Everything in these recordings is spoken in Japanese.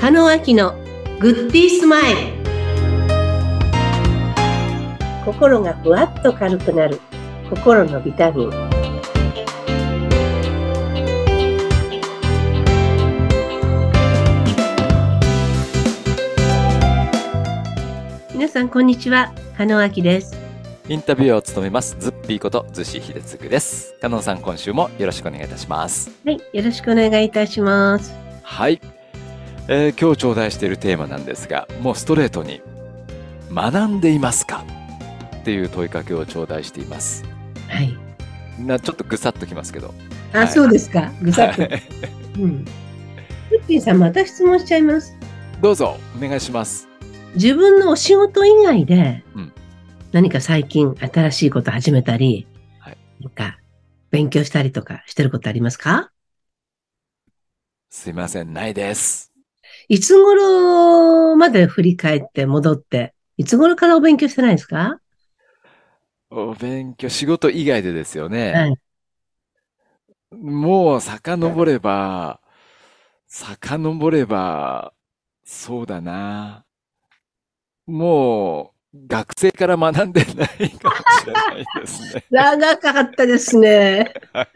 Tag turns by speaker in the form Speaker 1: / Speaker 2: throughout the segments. Speaker 1: 中野明のグッディースマイル心がふわっと軽くなる心のビタミン皆さんこんにちは加納明です
Speaker 2: インタビューを務めますズッピーこと逗子秀次です。カノンさん今週もよろしくお願いいたします。
Speaker 1: はいよろしくお願いいたします
Speaker 2: はい、えー今日頂戴しているテーマなんですが、もうストレートに学んでいますかっていう問いかけを頂戴しています。
Speaker 1: はい
Speaker 2: なちょっとぐさっときますけど。
Speaker 1: あ、
Speaker 2: はい
Speaker 1: そうですかぐさっと、
Speaker 2: はい
Speaker 1: うんふっぴーさんまた質問しちゃいます
Speaker 2: どうぞお願いします。
Speaker 1: 自分のお仕事以外で
Speaker 2: うん、
Speaker 1: 何か最近新しいこと始めたり、
Speaker 2: はい
Speaker 1: なんか勉強したりとかしてることありますか
Speaker 2: すいません、ないです。
Speaker 1: いつ頃まで振り返って戻って、いつ頃からお勉強してないですか
Speaker 2: お勉強、仕事以外でですよね。
Speaker 1: はい。
Speaker 2: もう遡れば、遡れば、そうだな。もう、学生から学んでないかもしれないですね
Speaker 1: 長かったですね。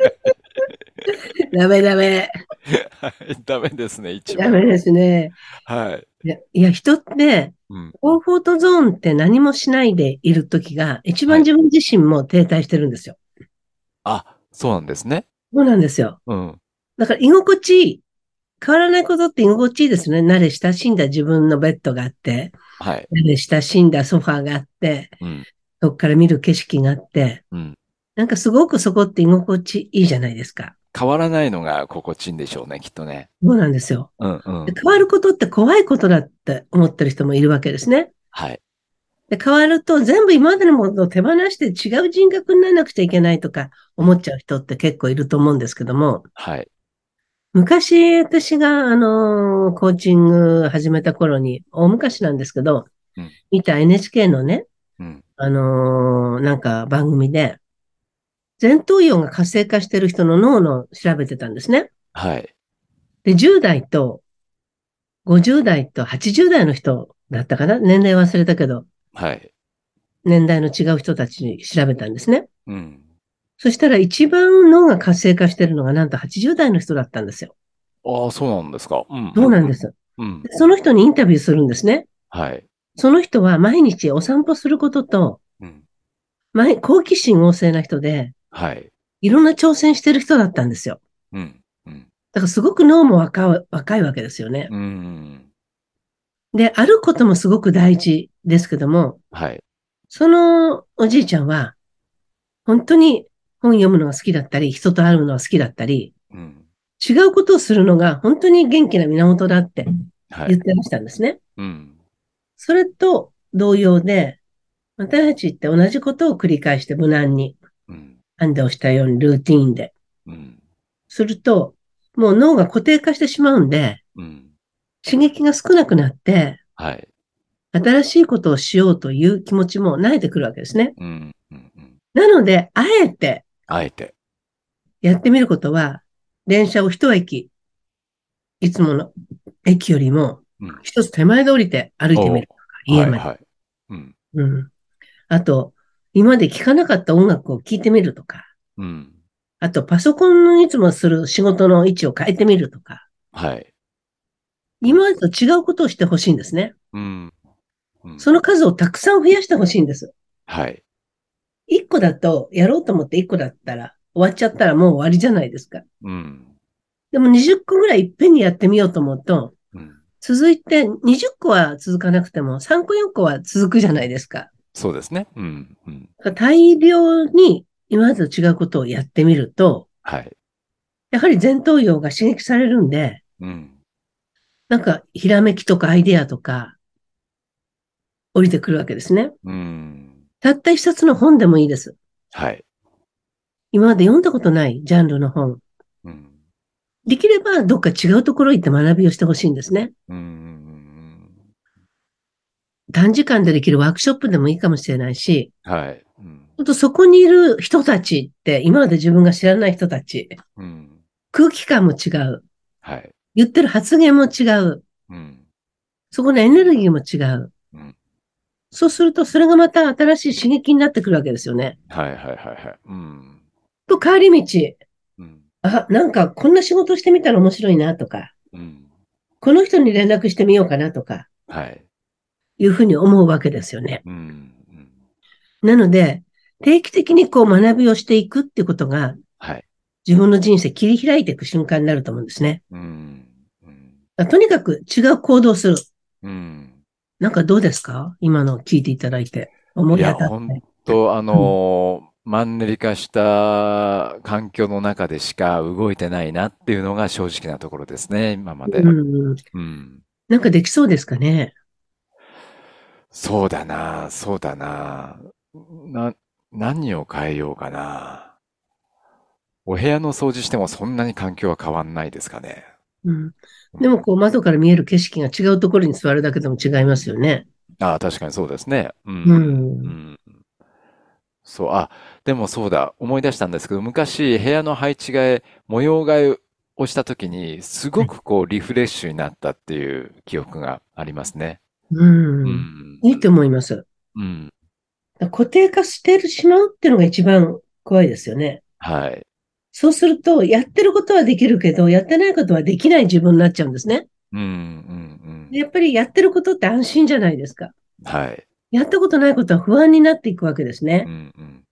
Speaker 1: ダメダメ。
Speaker 2: はい、ダメですね、一
Speaker 1: ダ
Speaker 2: 番。
Speaker 1: メですね。
Speaker 2: はい。
Speaker 1: いや、いや人って、
Speaker 2: うん。
Speaker 1: コンフォートゾーンって何もしないでいるときが、一
Speaker 2: は
Speaker 1: 番
Speaker 2: い
Speaker 1: 自分自身も停滞してるんですよ。
Speaker 2: あ、そうなんですね。
Speaker 1: そうなんですよ。
Speaker 2: うん。
Speaker 1: だから居心地いい。変わらないことって居心地いいですね。慣れ親しんだ自分のベッドがあって、
Speaker 2: はい。
Speaker 1: 慣れ親しんだソファーがあって、
Speaker 2: うん。
Speaker 1: そこから見る景色があって、
Speaker 2: うん。
Speaker 1: なんかすごくそこって居心地いいじゃないですか。
Speaker 2: 変わらないのが心地いいんでしょうね、きっとね。
Speaker 1: そうなんですよ。
Speaker 2: うんうん
Speaker 1: で。変わることって怖いことだって思ってる人もいるわけですね。
Speaker 2: はい。
Speaker 1: で変わると全部今までのものを手放して違う人格にならなくちゃいけないとか思っちゃう人って結構いると思うんですけども、
Speaker 2: はい。
Speaker 1: 昔、私が、あのーコーチング始めた頃に、大昔なんですけど、
Speaker 2: うん
Speaker 1: 見た NHK のね、
Speaker 2: うん。
Speaker 1: あのーなんか番組で、前頭葉が活性化してる人の脳の調べてたんですね。
Speaker 2: はい。
Speaker 1: で、10代と、50代と80代の人だったかな年齢忘れたけど、
Speaker 2: はい。
Speaker 1: 年代の違う人たちに調べたんですね。
Speaker 2: うん。
Speaker 1: そしたら一番脳が活性化してるのがなんと80代の人だったんですよ。
Speaker 2: ああ、そうなんですか。うん。
Speaker 1: そうなんです。
Speaker 2: うん。
Speaker 1: でその人にインタビューするんですね。
Speaker 2: はい。
Speaker 1: その人は毎日お散歩することと、
Speaker 2: うん。
Speaker 1: 毎好奇心旺盛な人で、
Speaker 2: はい。
Speaker 1: いろんな挑戦してる人だったんですよ。
Speaker 2: うん。うん。
Speaker 1: だからすごく脳も若い若いわけですよね。
Speaker 2: うん。
Speaker 1: で、あることもすごく大事ですけども、
Speaker 2: はい。
Speaker 1: そのおじいちゃんは、本当に本読むのが好きだったり、人と会うのが好きだったり、
Speaker 2: うん。
Speaker 1: 違うことをするのが本当に元気な源だって
Speaker 2: は
Speaker 1: 言っ
Speaker 2: い。
Speaker 1: てましたんですね。
Speaker 2: うん。
Speaker 1: それと同様で、私たちって同じことを繰り返して無難に
Speaker 2: うん。
Speaker 1: 安藤したようにルーティーンで。
Speaker 2: うん。
Speaker 1: すると、もう脳が固定化してしまうんで、
Speaker 2: うん。
Speaker 1: 刺激が少なくなって、
Speaker 2: はい。
Speaker 1: 新しいことをしようという気持ちも慣れてくるわけですね。
Speaker 2: うん。うん。うん。
Speaker 1: なので、あえて
Speaker 2: あえて。
Speaker 1: やってみることは、電車を一駅、いつもの駅よりも
Speaker 2: うん。
Speaker 1: 一つ手前で降りて歩いてみるとか、家まで。
Speaker 2: はい。うん。
Speaker 1: うん。あと、今まで聴かなかった音楽を聴いてみるとか、
Speaker 2: うん。
Speaker 1: あとパソコンのいつもする仕事の位置を変えてみるとか、
Speaker 2: はい。
Speaker 1: 今までと違うことをしてほしいんですね。
Speaker 2: うん。うん。
Speaker 1: その数をたくさん増やしてほしいんです。
Speaker 2: はい。
Speaker 1: 一個だと、やろうと思って一個だったら、終わっちゃったらもう終わりじゃないですか。
Speaker 2: うん。
Speaker 1: でも20個ぐらいいっぺんにやってみようと思うと、
Speaker 2: うん。
Speaker 1: 続いて20個は続かなくても、3個4個は続くじゃないですか。
Speaker 2: そうですね。うん。うん。
Speaker 1: だから大量に今までと違うことをやってみると、
Speaker 2: はい。
Speaker 1: やはり前頭葉が刺激されるんで、
Speaker 2: うん。
Speaker 1: なんかひらめきとかアイデアとか、降りてくるわけですね。
Speaker 2: うん。
Speaker 1: たった一冊の本でもいいです。
Speaker 2: はい。
Speaker 1: 今まで読んだことないジャンルの本。
Speaker 2: うん。
Speaker 1: できればどっか違うところ行って学びをしてほしいんですね。
Speaker 2: うん。
Speaker 1: 短時間でできるワークショップでもいいかもしれないし、
Speaker 2: はい。うん。
Speaker 1: ほんとそこにいる人たちって今まで自分が知らない人たち、
Speaker 2: うん。
Speaker 1: 空気感も違う、
Speaker 2: はい。
Speaker 1: 言ってる発言も違う、
Speaker 2: うん。
Speaker 1: そこのエネルギーも違う。
Speaker 2: うん
Speaker 1: そうすると、それがまた新しい刺激になってくるわけですよね。
Speaker 2: はいはいはいはい。うん。
Speaker 1: と、帰り道、
Speaker 2: うん。
Speaker 1: あ、なんかこんな仕事してみたら面白いなとか、
Speaker 2: うん。
Speaker 1: この人に連絡してみようかなとか、
Speaker 2: はい。
Speaker 1: いうふうに思うわけですよね。
Speaker 2: うん。うん
Speaker 1: なので、定期的にこう学びをしていくっていうことが、
Speaker 2: はい。
Speaker 1: 自分の人生切り開いていく瞬間になると思うんですね。
Speaker 2: うん。うん。
Speaker 1: あとにかく違う行動をする。
Speaker 2: うん。
Speaker 1: なんかどうですか今の聞いていただいて。思い
Speaker 2: いや、
Speaker 1: 当たっ
Speaker 2: 本
Speaker 1: て。
Speaker 2: 当、あのーマンネリ化した環境の中でしか動いてないなっていうのが正直なところですね、今まで。
Speaker 1: うん、
Speaker 2: うん。
Speaker 1: なんかできそうですかね。
Speaker 2: そうだな、そうだな。な、何を変えようかな。お部屋の掃除してもそんなに環境は変わんないですかね。
Speaker 1: うん、でもこう窓から見える景色が違うところに座るだけでも違いますよね。
Speaker 2: ああ、確かにそうですね。うん。
Speaker 1: うん
Speaker 2: うん。そう、あ、でもそうだ、思い出したんですけど、昔部屋の配置替え、模様替えをした時に、すごくこうリフレッシュになったっていう記憶がありますね。
Speaker 1: うん。
Speaker 2: うん。
Speaker 1: いいと思います。
Speaker 2: うん。
Speaker 1: 固定化してしまうっていうのが一番怖いですよね。
Speaker 2: はい。
Speaker 1: そうすると、やってることはできるけど、やってないことはできない自分になっちゃうんですね。
Speaker 2: うん、うん、
Speaker 1: でやっぱりやってることって安心じゃないですか。
Speaker 2: うん。はい。
Speaker 1: やったことないことは不安になっていくわけですね
Speaker 2: う。ん、うん。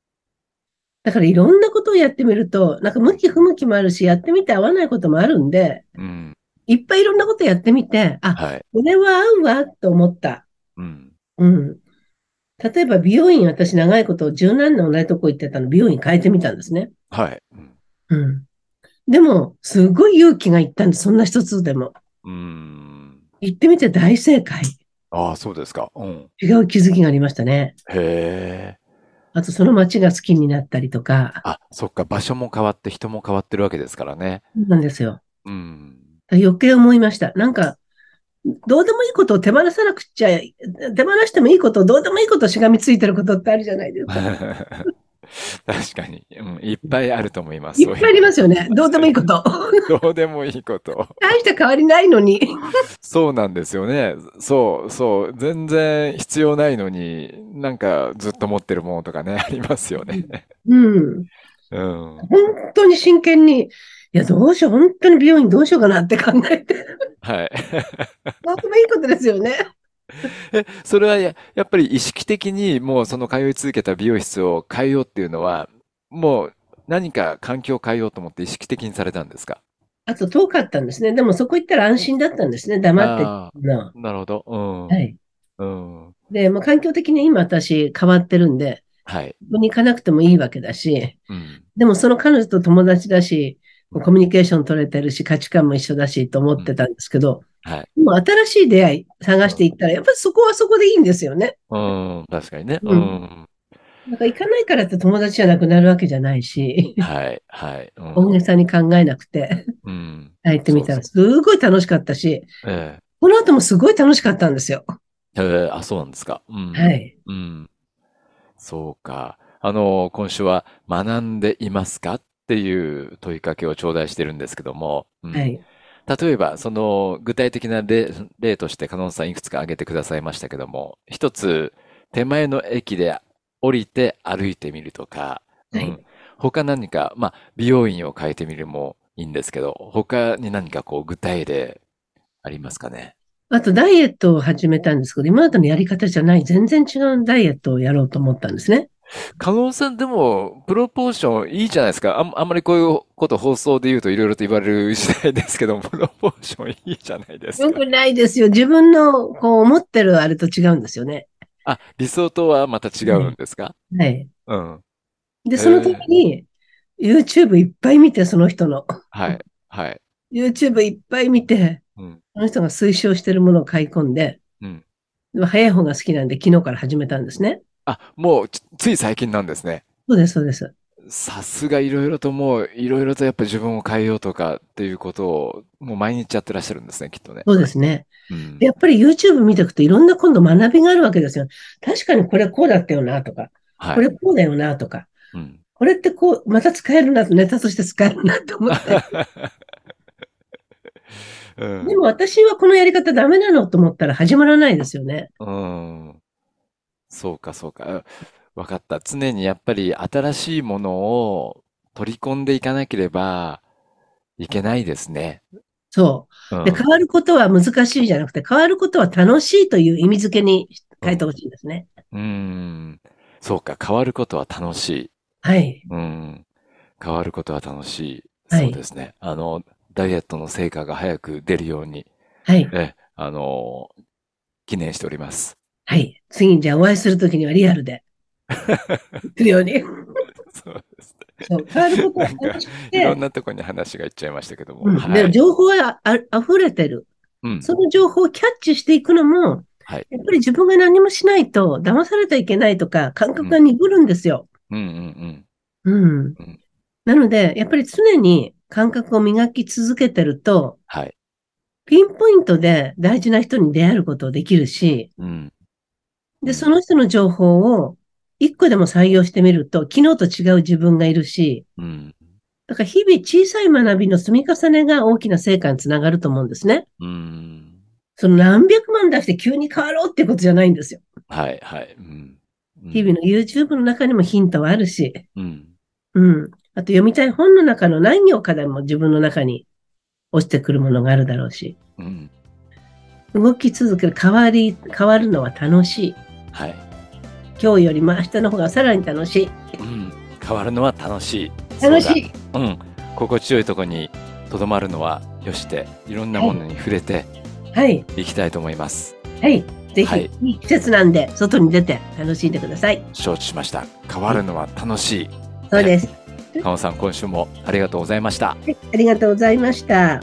Speaker 1: だからいろんなことをやってみると、なんか向き不向きもあるし、やってみて合わないこともあるんで、
Speaker 2: うん。
Speaker 1: いっぱいいろんなことやってみて、あ、
Speaker 2: はい。
Speaker 1: これは合うわ、と思った。
Speaker 2: うん。
Speaker 1: うん。例えば美容院、私長いこと十何年同じとこ行ってたの、美容院変えてみたんですね。
Speaker 2: はい。うん
Speaker 1: うん。でも、すごい勇気がいったんです、そんな一つでも。
Speaker 2: うん。
Speaker 1: 行ってみて大正解。
Speaker 2: ああ、そうですか。うん。
Speaker 1: 違う気づきがありましたね。
Speaker 2: へえ。
Speaker 1: あと、その街が好きになったりとか、
Speaker 2: あ、そっか。場所も変わって、人も変わってるわけですからね。
Speaker 1: そうなんですよ。
Speaker 2: うん。
Speaker 1: 余計思いました。なんか、どうでもいいことを手放さなくっちゃ、手放してもいいことを、どうでもいいことをしがみついてることってあるじゃない ですか。
Speaker 2: 確かに、うん、いっぱいあると思います。
Speaker 1: いっぱいありますよね。どうでもいい
Speaker 2: こ
Speaker 1: こと。
Speaker 2: と。どうでもいいこと。
Speaker 1: 大した変わりないのに。
Speaker 2: そうなんですよね。そうそう。全然必要ないのに、なんかずっと持ってるものとかね、あ りますよね。
Speaker 1: うん。
Speaker 2: うん。はい。
Speaker 1: 本当に真剣に、いや、どうしよう、本当に美容院どうしようかなって考えて。どうでもいいことですよね。
Speaker 2: え、それはや、やっぱり意識的にもうその通い続けた美容室を変えようっていうのは、もう何か環境を変えようと思って意識的にされたんですか
Speaker 1: あと遠かったんですね。でもそこ行ったら安心だったんですね。黙って
Speaker 2: あ
Speaker 1: 行くのは。
Speaker 2: ーなるほど。うん。
Speaker 1: はい。
Speaker 2: うん。
Speaker 1: で、まあ、環境的に今私変わってるんで、
Speaker 2: はい。
Speaker 1: ここに行かなくてもいいわけだし、
Speaker 2: うん。
Speaker 1: でもその彼女と友達だし、もうコミュニケーション取れてるし、価値観も一緒だしと思ってたんですけど、
Speaker 2: はい。
Speaker 1: もう新しい出会い探していったら、やっぱりそこはそこでいいんですよね。
Speaker 2: うん。確かにね。
Speaker 1: うん
Speaker 2: うん。
Speaker 1: なんか行かないからって友達じゃなくなるわけじゃないし、
Speaker 2: はい、はい。うん
Speaker 1: 大げさに考えなくて、
Speaker 2: うん。
Speaker 1: 入ってみたらすごい楽しかったし、
Speaker 2: え
Speaker 1: この後もすごい楽しかったんですよ。
Speaker 2: え。ええ、あ、そうなんですか。うん。
Speaker 1: はい。
Speaker 2: うん。そうか。あの、今週は、学んでいますかっていう問いかけを頂戴してるんですけども、うん
Speaker 1: はい。
Speaker 2: 例えば、その、具体的な例、例として、カノンさんいくつか挙げてくださいましたけども、一つ、手前の駅で降りて歩いてみるとか、う
Speaker 1: はい
Speaker 2: ん。他何か、まあ、美容院を変えてみるもいいんですけど、他に何かこう、具体例ありますかね
Speaker 1: あと、ダイエットを始めたんですけど、今までのやり方じゃない、全然違うダイエットをやろうと思ったんですね。
Speaker 2: 加納さん、でも、プロポーションいいじゃないですか。あん、あんまりこういうこと放送で言うといろいろと言われる時代ですけども、 プロポーションいいじゃないです
Speaker 1: よ
Speaker 2: か。
Speaker 1: くないですよ。自分の、こう、思ってるあれと違うんですよね。
Speaker 2: あ、理想とはまた違うんですか
Speaker 1: はい。
Speaker 2: うん。
Speaker 1: で、その時に、YouTube いっぱい見て、その人の。
Speaker 2: はい。はい。
Speaker 1: YouTube いっぱい見て、
Speaker 2: うん。
Speaker 1: その人が推奨してるものを買い込んで、
Speaker 2: うん
Speaker 1: でも早い方が好きなんで、昨日から始めたんですね。
Speaker 2: あ、もう、つつい最近なんですね。
Speaker 1: そうです、そうです。
Speaker 2: さすがいろいろともう、いろいろとやっぱ自分を変えようとかっていうことを、もう毎日やってらっしゃるんですね、きっとね。
Speaker 1: そうですね。
Speaker 2: うん。
Speaker 1: でやっぱり YouTube 見ていくといろんな今度学びがあるわけですよ。確かにこれこうだったよなとか、
Speaker 2: はい。
Speaker 1: これこうだよなとか、
Speaker 2: うん。
Speaker 1: これってこ う、また使えるなと、ネタとして使えるなと思って。
Speaker 2: うん
Speaker 1: でも私はこのやり方ダメなのと思ったら始まらないですよね。
Speaker 2: うん。そうか、そうか。わかった。常にやっぱり新しいものを取り込んでいかなければいけないですね。
Speaker 1: そうう。
Speaker 2: ん
Speaker 1: で、変わることは難しいじゃなくて、変わることは楽しいという意味付けに変えてほしいですね。
Speaker 2: うん。そうか、変わることは楽しい。
Speaker 1: はい。
Speaker 2: うん。変わることは楽しい。
Speaker 1: はい
Speaker 2: そうですね。あの、ダイエットの成果が早く出るように、
Speaker 1: はい。
Speaker 2: え、あの、記念しております。
Speaker 1: はい。次にじゃあお会いするときにはリアル で。言ってるように。
Speaker 2: そうですね。
Speaker 1: そう。変わることは楽しく
Speaker 2: いろん
Speaker 1: て、
Speaker 2: なとこに話がいっちゃいましたけども。
Speaker 1: うん、で
Speaker 2: はい。
Speaker 1: 情報はあ溢れてる。
Speaker 2: うん。
Speaker 1: その情報をキャッチしていくのも、
Speaker 2: はい
Speaker 1: やっぱり自分が何もしないと、騙されてはいけないとか、感覚が鈍るんですよ。
Speaker 2: うんうんうん。
Speaker 1: うん。なので、やっぱり常に感覚を磨き続けてると、
Speaker 2: はい。
Speaker 1: ピンポイントで大事な人に出会えることできるし、
Speaker 2: うん。う
Speaker 1: で、
Speaker 2: ん
Speaker 1: その人の情報を一個でも採用してみると、昨日と違う自分がいるし、
Speaker 2: うん。
Speaker 1: だから日々小さい学びの積み重ねが大きな成果につながると思うんですね。
Speaker 2: うん。
Speaker 1: その何百万出して急に変わろうってことじゃないんですよ。
Speaker 2: はい、はい。うん。うん
Speaker 1: 日々の YouTube の中にもヒントはあるし、
Speaker 2: うん。
Speaker 1: うん。あと読みたい本の中の何行かでも自分の中に落ちてくるものがあるだろうし、
Speaker 2: うん。
Speaker 1: 動き続ける変わり、変わるのは楽しい。
Speaker 2: はい。
Speaker 1: 今日よりも明日の方がさらに楽しい。
Speaker 2: うん。変わるのは楽しい。
Speaker 1: 楽しい。
Speaker 2: そうだ。うん。心地よいとこにとどまるのはよして、いろんなものに触れて
Speaker 1: はい。
Speaker 2: いきたいと思います。
Speaker 1: はい。ぜひ、
Speaker 2: はい
Speaker 1: いい季節なんで、外に出て楽しんでください。
Speaker 2: 承知しました。変わるのは楽しい。
Speaker 1: そうです。
Speaker 2: カモさん、今週もありがとうございました。
Speaker 1: はいありがとうございました。